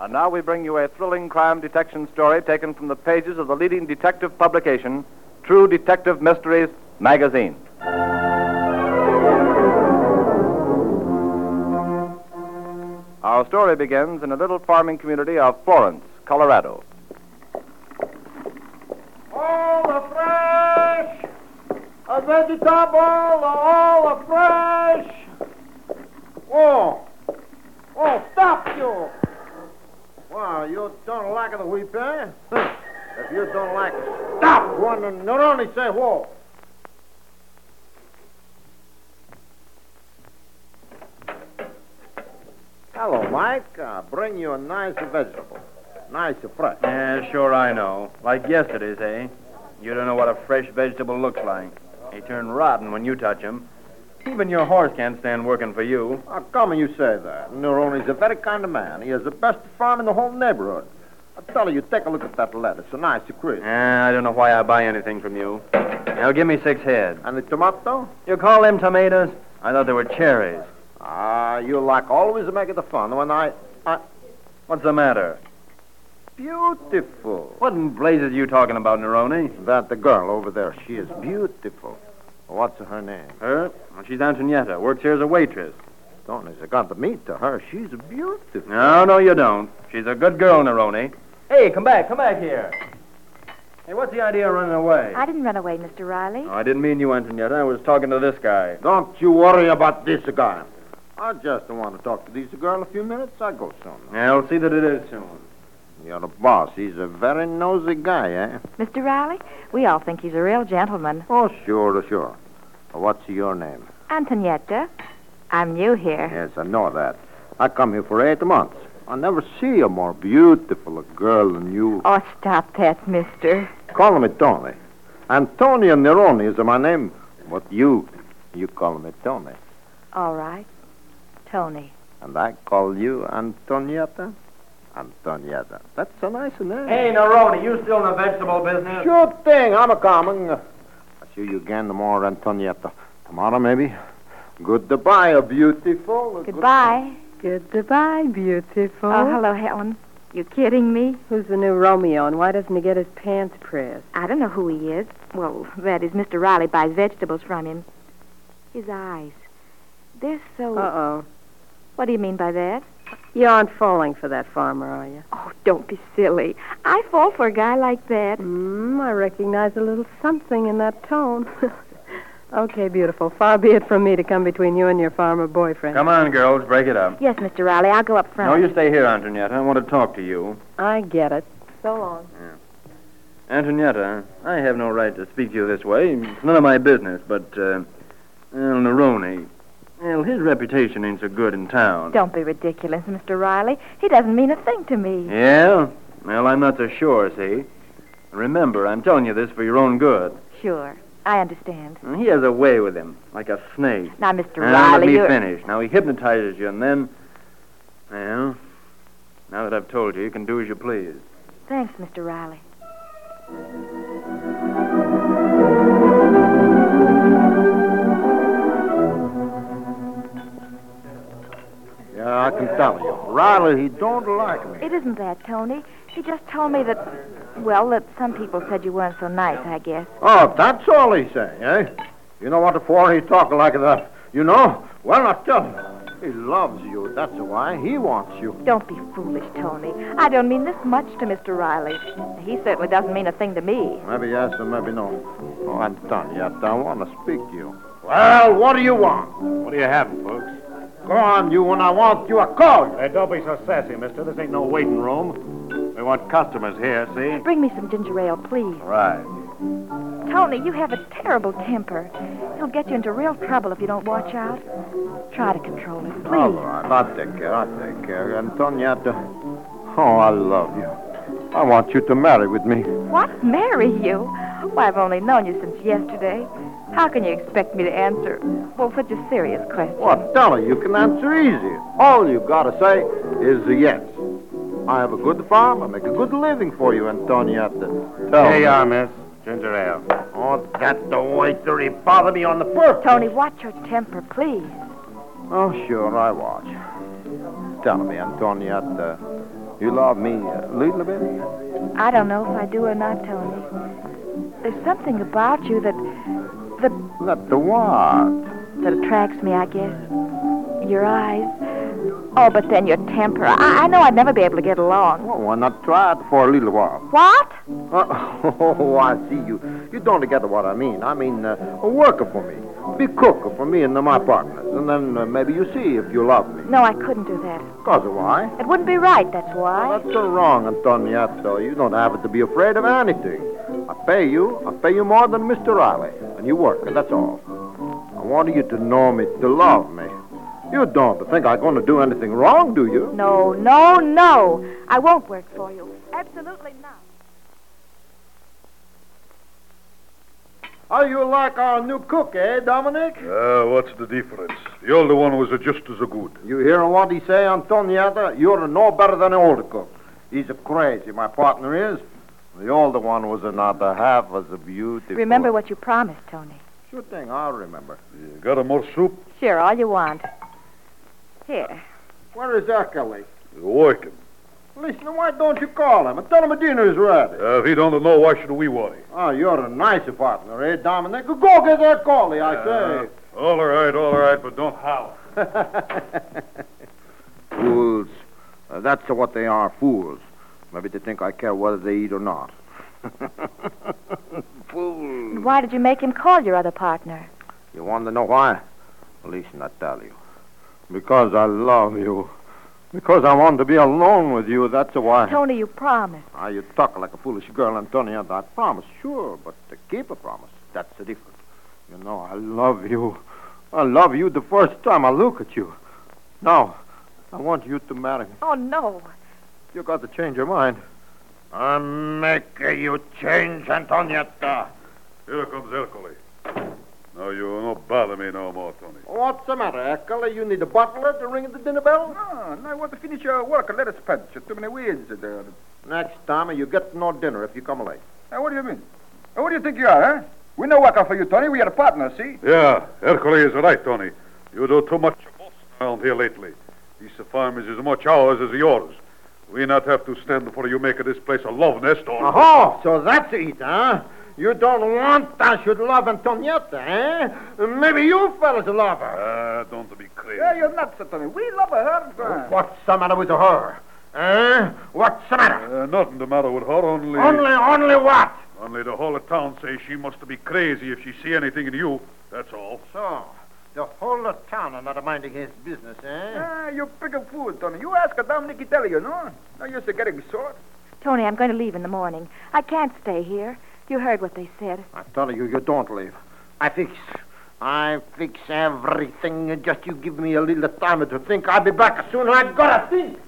And now we bring you a thrilling crime detection story taken from the pages of the leading detective publication, True Detective Mysteries magazine. Our story begins in a little farming community of Florence, Colorado. All the fresh! A vegetable, all the fresh! Oh! Oh, stop you! Wow, you don't like it, we pay? if you don't like it, stop one and not only say whoa. Hello, Mike. Uh, bring you a nice vegetable. Nice fresh. Yeah, sure, I know. Like yesterday's, eh? You don't know what a fresh vegetable looks like. They turn rotten when you touch 'em. Even your horse can't stand working for you. How come you say that? Neroni's a very kind of man. He has the best farm in the whole neighborhood. I tell you, take a look at that lettuce. A nice crisp. Ah, I don't know why I buy anything from you. Now, give me six head. And the tomato? You call them tomatoes? I thought they were cherries. Ah, you like always make it the fun when I... What's the matter? Beautiful. What in blazes are you talking about, Neroni? That the girl over there, she is beautiful. What's her name? Her? Well, she's Antonietta. Works here as a waitress. Don't I got the meat to her. She's beautiful. No, no, you don't. She's a good girl, Neroni. Hey, come back. Come back here. Hey, what's the idea of running away? I didn't run away, Mr. Riley. Oh, I didn't mean you, Antonietta. I was talking to this guy. Don't you worry about this guy. I just want to talk to this girl a few minutes. I go soon. I'll see that it is soon. You're the boss. He's a very nosy guy, eh? Mr. Riley, we all think he's a real gentleman. Oh, sure, sure. What's your name? Antonietta, I'm new here. Yes, I know that. I come here for eight months. I never see a more beautiful girl than you. Oh, stop that, mister. Call me Tony. Antonio Neroni is my name, but you, you call me Tony. All right. Tony. And I call you Antonietta? Antonietta. That's a nice name. Eh. Hey, Neroni, you still in the vegetable business? Sure thing. I'm a coming. I'll see you again tomorrow, Antonietta. Tomorrow, maybe. Goodbye, beautiful. Goodbye. Goodbye, beautiful. Oh, hello, Helen. You kidding me? Who's the new Romeo, and why doesn't he get his pants pressed? I don't know who he is. Well, that is, Mr. Riley buys vegetables from him. His eyes. They're so. Uh-oh. What do you mean by that? You aren't falling for that farmer, are you? Oh, don't be silly. I fall for a guy like that. Mm, I recognize a little something in that tone. okay, beautiful. Far be it from me to come between you and your farmer boyfriend. Come on, girls, break it up. Yes, Mr. Riley, I'll go up No, front. you stay here, Antonietta. I want to talk to you. I get it. So long. Antonietta, uh, I have no right to speak to you this way. It's none of my business, but, uh, well, Neroni, well, his reputation ain't so good in town. Don't be ridiculous, Mr. Riley. He doesn't mean a thing to me. Yeah? Well, I'm not so sure, see? Remember, I'm telling you this for your own good. Sure. I understand. He has a way with him, like a snake. Now, Mr. Now, Uh, let Riley, me you're... finish. Now, he hypnotizes you, and then. Well, now that I've told you, you can do as you please. Thanks, Mr. Riley. Yeah, I can tell you. Riley, he don't like me. It isn't that, Tony. He just told me that, well, that some people said you weren't so nice, I guess. Oh, that's all he say, eh? You know what for he talk like that? You know? Well, I tell him. He loves you. That's why he wants you. Don't be foolish, Tony. I don't mean this much to Mr. Riley. He certainly doesn't mean a thing to me. Maybe yes and maybe no. Oh, I'm done yet. I want to speak to you. Well, what do you want? What do you have, folks? Go on, you, when I want you, I call you. Hey, don't be so sassy, mister. This ain't no waiting room. We want customers here, see? Bring me some ginger ale, please. Right. Tony, you have a terrible temper. It'll get you into real trouble if you don't watch out. Try to control it, All please. right, I'll take care. I'll take care. Antonietta, oh, I love you. I want you to marry with me. What? Marry you? Why, I've only known you since yesterday. How can you expect me to answer, well, such a serious question? Well, tell her Oh, you can answer easy. All you gotta say is a yes. I have a good farm. I make a good living for you, Antonietta. Tell Here me. you are, miss. Ginger ale. Oh, that's the way to bother me on the first. Tony, watch your temper, please. Oh, sure, I watch. telling me, Antonietta. You love me a little bit? I don't know if I do or not, Tony. There's something about you that Not the what? that attracts me, I guess. Your eyes. Oh, but then your temper. I, I know I'd never be able to get along. Well, why not try it for a little while? What? Oh, oh, I see you. You don't get what I mean. I mean, uh, a worker for me. Be cooker for me and my partners. And then uh, maybe you see if you love me. No, I couldn't do that. Cause of why? It wouldn't be right, that's why. That's so wrong, Antonietta. You don't have to be afraid of anything. I pay you. I pay you more than Mr. Riley. And you work, and that's all. I want you to know me, to love me. You don't think I'm going to do anything wrong, do you? No, no, no. I won't work for you. Absolutely not. How you like our new cook, eh, Dominic? Ah, what's the difference? The older one was just as good. You hearing what he say, Antonietta? You're no better than the older cook. He's a crazy, my partner is. The older one was another half as beautiful. Remember what you promised, Tony. Sure thing, I'll remember. You got a more soup? Sure, all you want. Here. Where is Eckerly? You Wake him. Listen, why don't you call him and tell him a dinner is ready? Uh, if he don't know, why should we worry? Oh, you're a nicer partner, eh, Dominic? Go get that collie, Uh, I say. Ah, All right, all right, but don't howl. fools. Uh, that's what they are, fools. Maybe they think I care whether they eat or not. fools. And Why did you make him call your other partner? You want to know why? Listen, I tell you. Because I love you. Because I want to be alone with you, that's why. Tony, you promised. Ah, you talk like a foolish girl, Antonia. I promise, sure, but to keep a promise, that's the difference. You know, I love you. I love you the first time I look at you. Now, I want you to marry me. Oh, no. You got to change your mind. I make you change, Antonietta. Here comes Ercole. Now you don't bother me no more, Tony. What's the matter, Eckerle? You need a butler to ring the dinner bell? No, no, I want to finish your work. Let us punch. Too many ways there. Next time, you get no dinner if you come late. Now, what do you mean? Now, What do you think you are, huh? We no worker for you, Tony. We are partners, see? Yeah, Ercole is right, Tony. You do too much of bossing around here lately. This farm is as much ours as yours. We not have to stand for you making this place a love nest or... Aha! So that's it, huh? You don't want I should love Antonietta, eh? Maybe you fellas love her. Ah, don't be crazy. Yeah, you're nuts, Tony. We love her. Oh, uh, What's the matter with her? Eh? What's the matter? Uh, nothing the matter with her, only... Only, only what? Only the whole of town say she must be crazy if she see anything in you. That's all. So, the whole of town are not minding his business, eh? Ah, you big a fool, Tony. You ask a Dominic, he tell you, no? No use of getting sore. Tony, I'm going to leave in the morning. I can't stay here. You heard what they said. I tell you, you don't leave. I fix. I fix everything. Just you give me a little time to think. I'll be back as soon as I've got to think.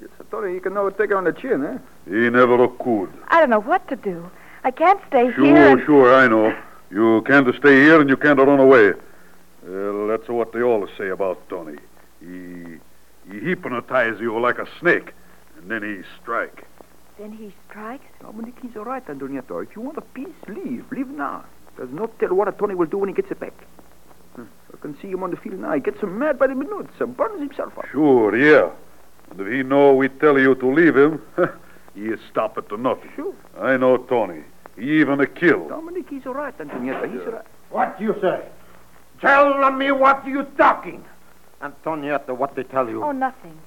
Yes, Tony, you can never take her on the chin, eh? He never could. I don't know what to do. I can't stay Sure, here. and- sure, I know. You can't stay here and you can't run away. Well, that's what they all say about Tony. He, he hypnotize you like a snake, and then he strike. Then he strikes. Dominic, he's all right, Antonietta. If you want a peace, leave. Leave now. There's no tell what Tony will do when he gets it back. Hmm. I can see him on the field now. He gets him mad by the minute. So burns himself up. Sure, yeah. And if he know we tell you to leave him, he stop it to nothing. Sure. I know Tony. He even a kill. Dominic, he's all right, Antonietta. He's all right. What you say? Tell me what you talking. Antonietta, what they tell you? Oh, nothing.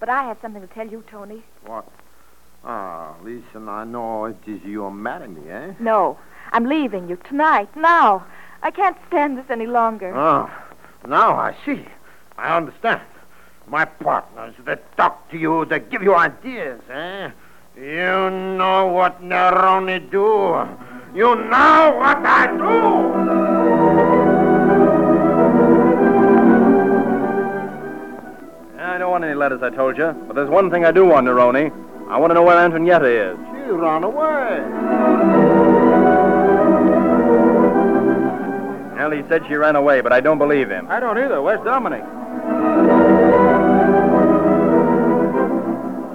But I have something to tell you, Tony. Ah, listen, I know it is you marry me, eh? No, I'm leaving you tonight, now. I can't stand this any longer. Ah. Oh, now I see. I understand. My partners, they talk to you, they give you ideas, eh? You know what Neroni do. You know what I do. I don't want any letters, I told you. But there's one thing I do want, Neroni. I want to know where Antonietta is. She run away. Well, he said she ran away, but I don't believe him. I don't either. Where's Dominic?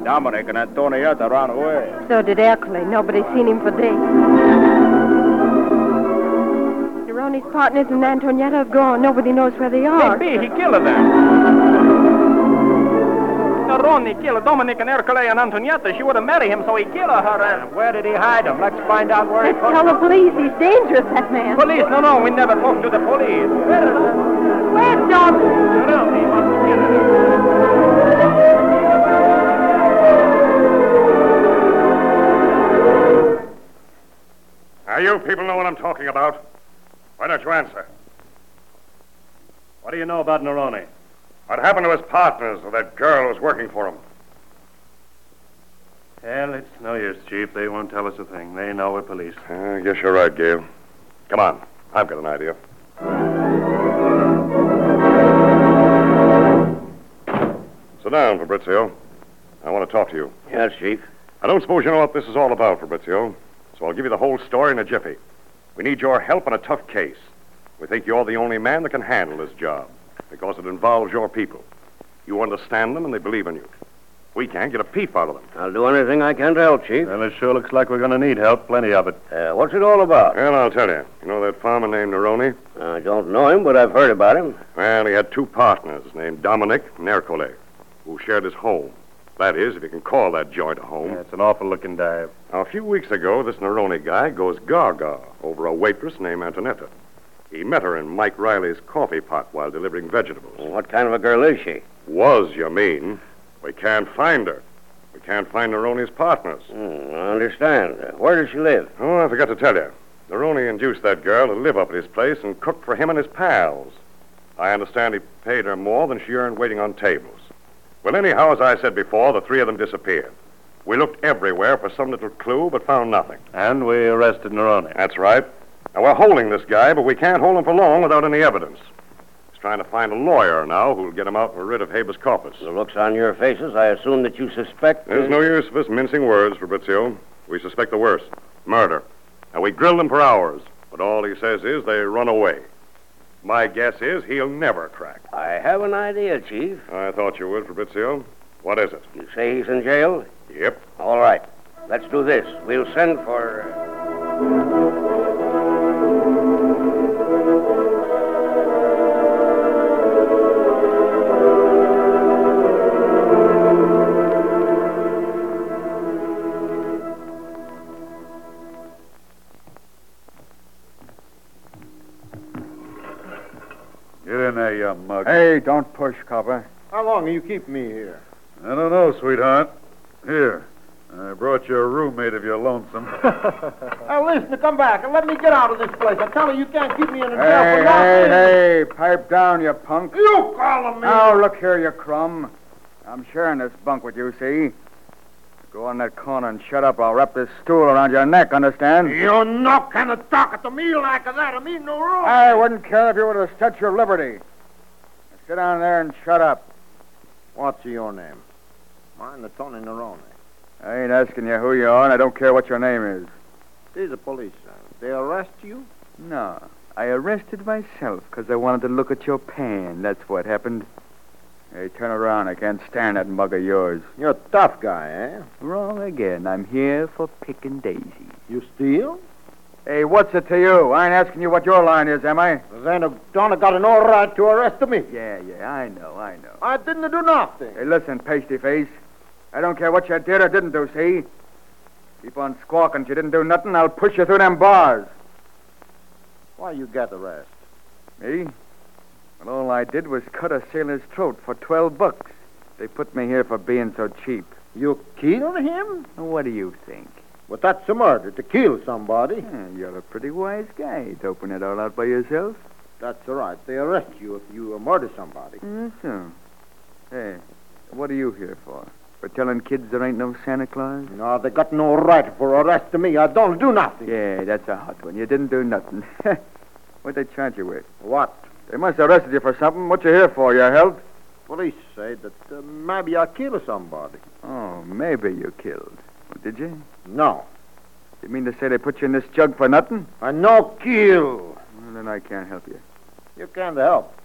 Dominic and Antonietta ran away. So did Ercole. Nobody's seen him for days. Neroni's partners and Antonietta have gone. Nobody knows where they are. Maybe he killed her then. Maroni killed Dominic and Ercole and Antonietta. She would have married him, so he killed her. And where did he hide him? Let's find out where Let's he put tell the police. He's dangerous, that man. Police? No, no, we never talk to the police. Where's Dawson? Now, you people know what I'm talking about. Why don't you answer? What do you know about Neroni? What happened to his partners or that girl who was working for him? Hell, it's no use, Chief. They won't tell us a thing. They know we're police. Uh, I guess you're right, Gail. Come on. I've got an idea. Sit down, Fabrizio. I want to talk to you. Yes, Chief. I don't suppose you know what this is all about, Fabrizio, so I'll give you the whole story in a jiffy. We need your help in a tough case. We think you're the only man that can handle this job because it involves your people. You understand them, and they believe in you. We can't get a peep out of them. I'll do anything I can to help, Chief. Well, it sure looks like we're going to need help, plenty of it. Uh, what's it all about? Well, I'll tell you. You know that farmer named Neroni? I don't know him, but I've heard about him. Well, he had two partners named Dominic and Ercole, who shared his home. That is, if you can call that joint a home. Yeah, it's an awful looking dive. Now, a few weeks ago, this Neroni guy goes gaga over a waitress named Antonetta. He met her in Mike Riley's coffee pot while delivering vegetables. What kind of a girl is she? Was, you mean? We can't find her. We can't find Neroni's partners. Hmm, I understand. Uh, Where does she live? Oh, I forgot to tell you. Neroni induced that girl to live up at his place and cook for him and his pals. I understand he paid her more than she earned waiting on tables. Well, anyhow, as I said before, the three of them disappeared. We looked everywhere for some little clue, but found nothing. And we arrested Neroni. That's right. Now, we're holding this guy, but we can't hold him for long without any evidence. He's trying to find a lawyer now who'll get him out for rid of habeas corpus. The looks on your faces, I assume that you suspect. There's no use of us mincing words, Fabrizio. We suspect the worst murder. And we grilled him for hours, but all he says is they run away. My guess is he'll never crack. I have an idea, Chief. I thought you would, Fabrizio. What is it? You say he's in jail? Yep. All right. Let's do this. We'll send for. Get in there, you mug. Hey, don't push, copper. How long are you keeping me here? I don't know, sweetheart. Here, I brought you a roommate if you're lonesome. Now listen, come back and let me get out of this place. I tell you, you can't keep me in the jail Hey, for hey, nothing. hey, pipe down, you punk. You calling me? Now, Oh, look here, you crumb. I'm sharing this bunk with you, see? Go on that corner and shut up. I'll wrap this stool around your neck, understand? You're not kind of talking to me like that. I mean no wrong. I wouldn't care if you were to touch your liberty. Now sit down there and shut up. What's your name? Mine, the Tony Nerone. I ain't asking you who you are, and I don't care what your name is. These are police. uh, They arrest you? No, I arrested myself because I wanted to look at your pain. That's what happened. Hey, turn around. I can't stand that mug of yours. You're a tough guy, eh? Wrong again. I'm here for picking daisies. You steal? Hey, what's it to you? I ain't asking you what your line is, am I? Then Donna got an order out to arrest me. Yeah, yeah, I know, I know. I didn't do nothing. Hey, listen, pasty face. I don't care what you did or didn't do, see? Keep on squawking. If you didn't do nothing, I'll push you through them bars. Why you got arrested? Me? Well, all I did was cut a sailor's throat for 12 bucks. They put me here for being so cheap. You killed him? What do you think? Well, that's a murder, to kill somebody. Yeah, you're a pretty wise guy doping it all out by yourself. That's all right. They arrest you if you uh, murder somebody. Yes, sir. Hey, what are you here for? For telling kids there ain't no Santa Claus? No, they got no right for arresting me. I don't do nothing. Yeah, that's a hot one. You didn't do nothing. What'd they charge you with? What? They must have arrested you for something. What you here for, your help? Police say that uh, maybe I kill somebody. Oh, maybe you killed. Well, did you? No, You mean to say they put you in this jug for nothing? I no kill. Well, then I can't help you. You can't help.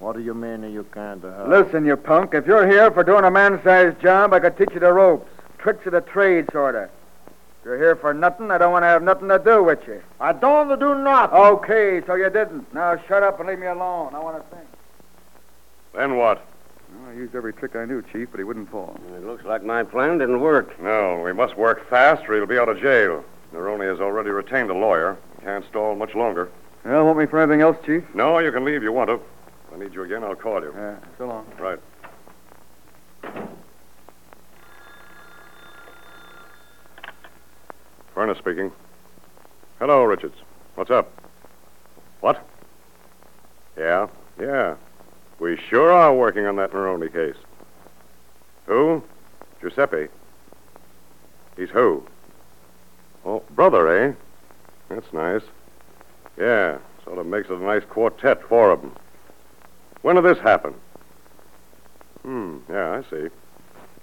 What do you mean you can't help? Listen, you punk. If you're here for doing a man-sized job, I could teach you the ropes, tricks of the trade, sorta. If you're here for nothing, I don't want to have nothing to do with you. I don't do nothing. Oh, Okay, so you didn't. Now shut up and leave me alone. I want to think. Then what? Well, I used every trick I knew, Chief, but he wouldn't fall. It looks like my plan didn't work. No, we must work fast or he'll be out of jail. Neroni has already retained a lawyer. Can't stall much longer. Well, want me for anything else, Chief? No, you can leave if you want to. If I need you again, I'll call you. Yeah, so long. Right. Furnace speaking. Hello, Richards. What's up? What? Yeah, yeah. We sure are working on that Neroni case. Who? Giuseppe. He's who? Oh, brother, eh? That's nice. Yeah, sort of makes it a nice quartet, four of 'em. When did this happen? Hmm, yeah, I see.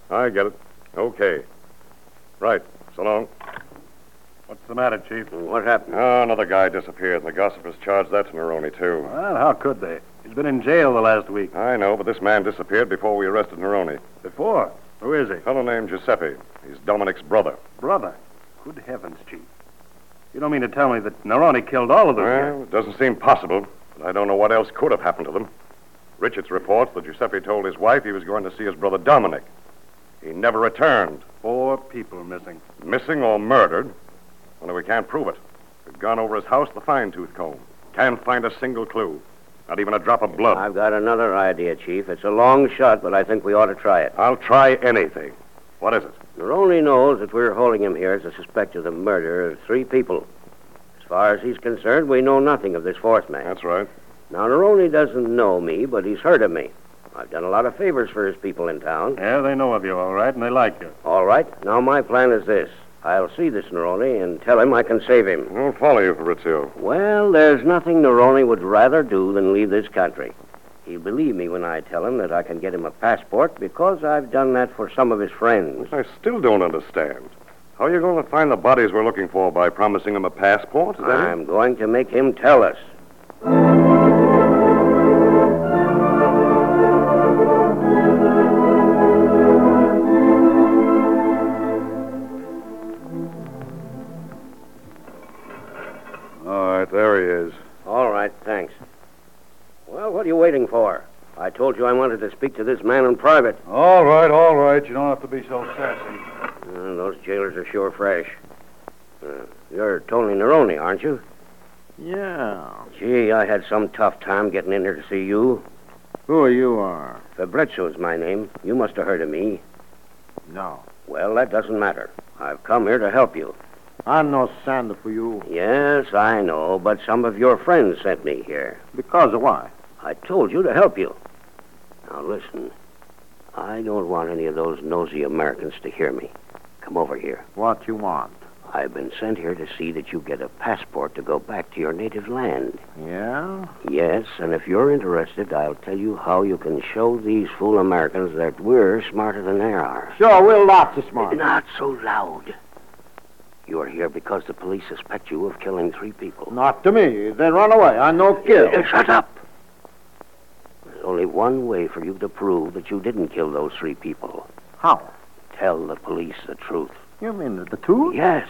I get it. Okay. Right, so long. What's the matter, Chief? What happened? Oh, another guy disappeared, and the gossip has charged that to Neroni, too. Well, how could they? He's been in jail the last week. I know, but this man disappeared before we arrested Neroni. Before? Who is he? fellow named Giuseppe. He's Dominic's brother. Brother. Good heavens, Chief. You don't mean to tell me that Neroni killed all of them? Well, it doesn't seem possible, but I don't know what else could have happened to them. Richards reports that Giuseppe told his wife he was going to see his brother Dominic. He never returned. Four people missing. Missing or murdered? Only we can't prove it. We've gone over his house with a fine tooth comb. Can't find a single clue. Not even a drop of blood. I've got another idea, Chief. It's a long shot, but I think we ought to try it. I'll try anything. What is it? Neroni knows that we're holding him here as a suspect of the murder of three people. As far as he's concerned, we know nothing of this fourth man. That's right. Now, Neroni doesn't know me, but he's heard of me. I've done a lot of favors for his people in town. Yeah, they know of you, all right, and they like you. All right. Now, my plan is this I'll see this Neroni and tell him I can save him. We'll follow you, Fabrizio. Well, there's nothing Neroni would rather do than leave this country. He'll believe me when I tell him that I can get him a passport because I've done that for some of his friends. I still don't understand. How are you going to find the bodies we're looking for by promising them a passport? Is that it? I'm going to make him tell us. All right, there he is. All right, thanks. Well, what are you waiting for? I told you I wanted to speak to this man in private. All right, all right. You don't have to be so sassy. Uh, those jailers are sure fresh. Uh, you're Tony Neroni, aren't you? Yeah. Gee, I had some tough time getting in here to see you. Who you are? Fabrezio's my name. You must have heard of me. No. Well, that doesn't matter. I've come here to help you. I'm no sander for you. Yes, I know, but some of your friends sent me here. Because of why? I told you to help you. Now listen, I don't want any of those nosy Americans to hear me. Come over here. What you want? I've been sent here to see that you get a passport to go back to your native land. Yeah? Yes, and if you're interested, I'll tell you how you can show these fool Americans that we're smarter than they are. Sure, we're lots of smart. Not so loud. You are here because the police suspect you of killing three people. Not to me. They run away. I no kill. Uh, Shut up. There's only one way for you to prove that you didn't kill those three people. How? Tell the police the truth. You mean the two? Yes.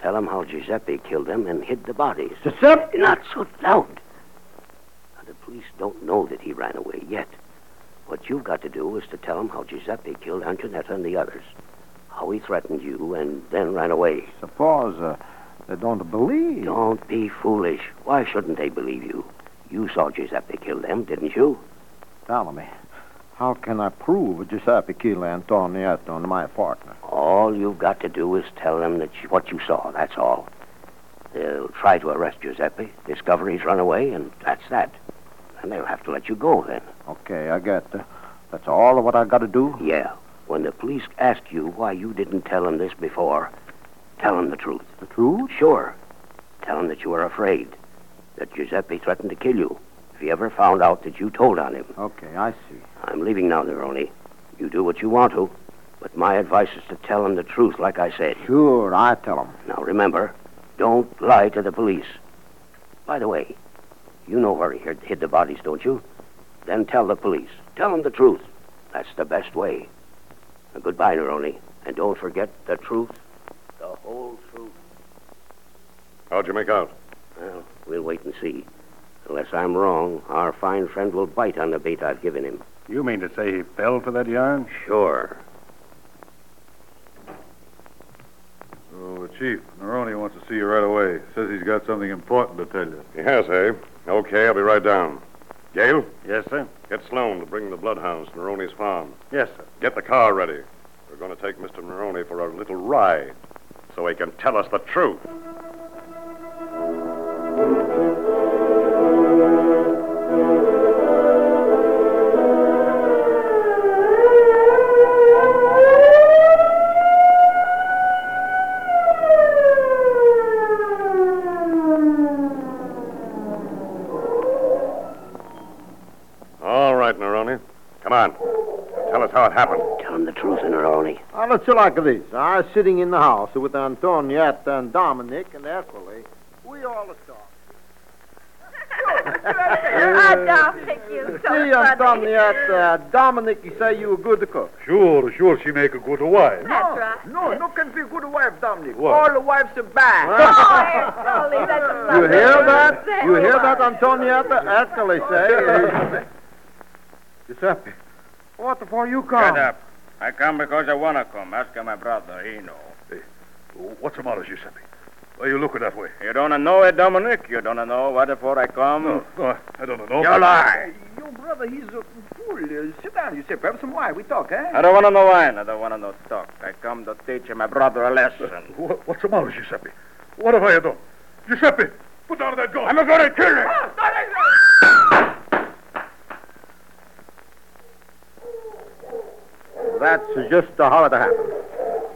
Tell them how Giuseppe killed them and hid the bodies. Giuseppe? Not so loud. Now, the police don't know that he ran away yet. What you've got to do is to tell them how Giuseppe killed Antonetta and the others how he threatened you and then ran away. Suppose uh, they don't believe. Don't be foolish. Why shouldn't they believe you? You saw Giuseppe kill them, didn't you? Tell me, how can I prove Giuseppe killed Antonietta and my partner? All you've got to do is tell them that you, what you saw. That's all. They'll try to arrest Giuseppe, discover he's run away, and that's that. And they'll have to let you go then. Okay, I get. Uh, that's all of what I got to do. Yeah. When the police ask you why you didn't tell them this before, tell them the truth. The truth? Sure. Tell them that you were afraid, that Giuseppe threatened to kill you if he ever found out that you told on him. Okay, I see. I'm leaving now, Neroni. You do what you want to, but my advice is to tell them the truth, like I said. Sure, I tell them. Now remember, don't lie to the police. By the way, you know where he hid the bodies, don't you? Then tell the police. Tell them the truth. That's the best way. Now, goodbye, Neroni. And don't forget the truth, the whole truth. How'd you make out? Well, we'll wait and see. Unless I'm wrong, our fine friend will bite on the bait I've given him. You mean to say he fell for that yarn? Sure. Oh, the chief, Neroni wants to see you right away. Says he's got something important to tell you. He has, eh? Okay, I'll be right down. Gale? Yes, sir. Get Sloan to bring the bloodhounds to Neroni's farm. Yes, sir. Get the car ready. We're going to take Mr. Neroni for a little ride so he can tell us the truth. All right, Neroni. Come on. Tell us how it happened. Tell him the truth, Neroni. Well, it's like this. I was sitting in the house with Antonietta and Dominic and eh? Ethel. We all are I don't think you're so See, Antonietta, Dominic, you say you were good to cook. Sure, sure, she make a good wife. That's right. No, no can be good wife, Dominic. What? All the wives are bad. Oh, Anthony, that's a You lovely hear word. that? Say You hear what? that, Antonietta? Ethel, say. eh? Giuseppe. What for you come? Shut up. I come because I want to come. Ask my brother. He know. What's the matter, Giuseppe? Why you looking that way? You don't know it, Dominic? You don't know what for I come? No, no, I don't know. You lie. Your brother, he's a fool. Uh, sit down, you say. Perhaps some wine. We talk, eh? I don't want to know wine. I don't want to know talk. I come to teach my brother a lesson. What, what's the matter, Giuseppe? What have I done? Giuseppe, put down that gun. Ah, I'm a gonna kill him. That's just how it happened.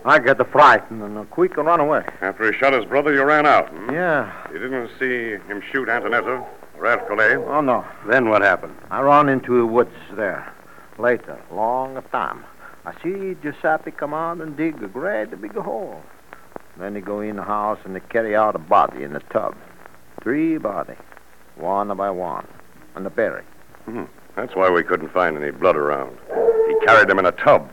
I got the frightened and uh, quick and run away. After he shot his brother, you ran out. Hmm? Yeah. You didn't see him shoot Antonetta or Ercole. Oh, no. Then what happened? I run into the woods there. Later, long a time, I see Giuseppe come out and dig a great big hole. Then he go in the house and they carry out a body in the tub. Three body, one by one, and the bury. Hmm. That's why we couldn't find any blood around. He carried him in a tub.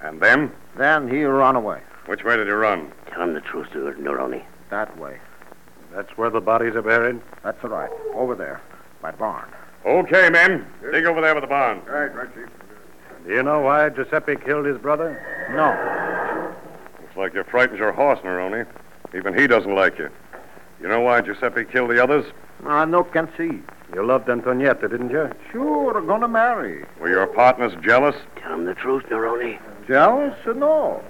And then? Then he run away Which way did he run? Tell him the truth, Neroni. that way. That's where the bodies are buried? That's right, over there, by barn. Okay, men. Dig over there with the barn. Right, right, Chief. Do you know why Giuseppe killed his brother? No, Looks like you frightened your horse, Neroni. Even he doesn't like you. You know why Giuseppe killed the others? I no can see. You loved Antonietta, didn't you? Sure, gonna marry. Were your partners jealous? Tell him the truth, Neroni. Jealous or no?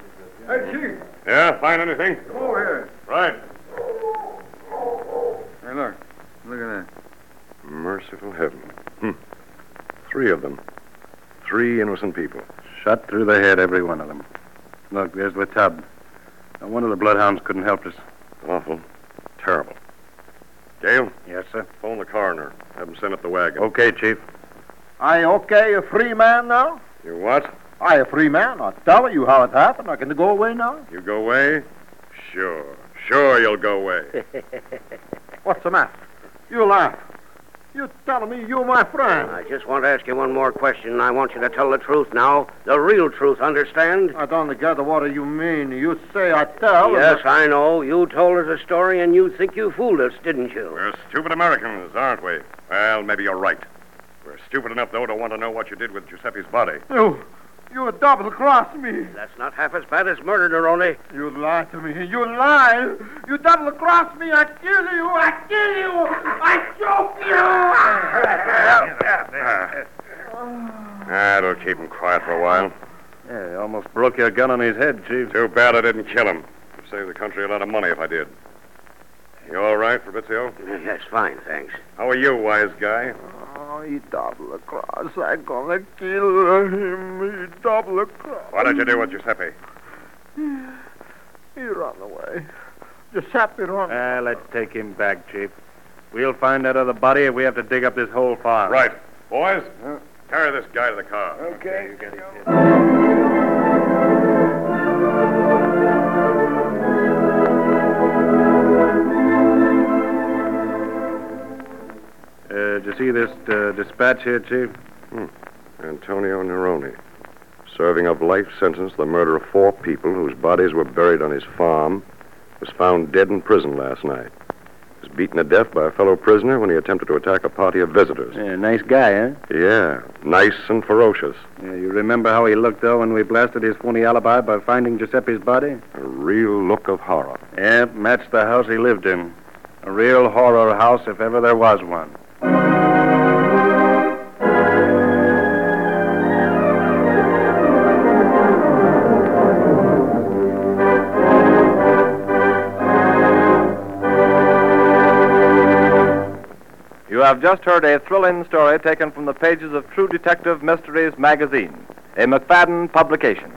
Hey, Chief, Yeah, find anything? come over here. Right. Hey, look. Look at that. Merciful heaven. Hmm. Three of them. Three innocent people. Shot through the head, every one of them. Look, there's the tub. No wonder the bloodhounds couldn't help us. Awful. Terrible. Gale, Yes, sir. phone the coroner. Have him send up the wagon. Okay, Chief. I okay a free man now? You what? I a free man. I tell you how it happened. I can go away now. You go away? Sure. Sure you'll go away. What's the matter? You laugh. You telling me you my friend? I just want to ask you one more question, and I want you to tell the truth now. The real truth, understand? I don't gather what do you mean. You say I tell. Yes, I know. You told us a story, and you think you fooled us, didn't you? We're stupid Americans, aren't we? Well, maybe you're right. We're stupid enough, though, to want to know what you did with Giuseppe's body. You, you double cross me. That's not half as bad as murder, Neroni. You lie to me. You lie. You double cross me. I kill you. I kill you. I choke Ah. That'll Ah, keep him quiet for a while. Yeah, you almost broke your gun on his head, Chief. Too bad I didn't kill him. It'd save the country a lot of money if I did. You all right, Fabrizio? Yes, fine, thanks. How are you, wise guy? Oh, he double cross. I gonna kill him. He double cross. What did you do with Giuseppe? He run away. Giuseppe run. Ah, let's take him back, Chief. We'll find that other body if we have to dig up this whole farm. Right. Boys, carry this guy to the car. Okay. Uh, did you see this uh, dispatch here, Chief? Hmm. Antonio Neroni, serving of life sentence the murder of four people whose bodies were buried on his farm, was found dead in prison last night. His beaten to death by a fellow prisoner when he attempted to attack a party of visitors. Yeah, nice guy, huh? Yeah, nice and ferocious. Yeah, you remember how he looked, though, when we blasted his phony alibi by finding Giuseppe's body? A real look of horror. Yeah, matched the house he lived in. A real horror house, if ever there was one. You have just heard a thrilling story taken from the pages of True Detective Mysteries magazine, a McFadden publication.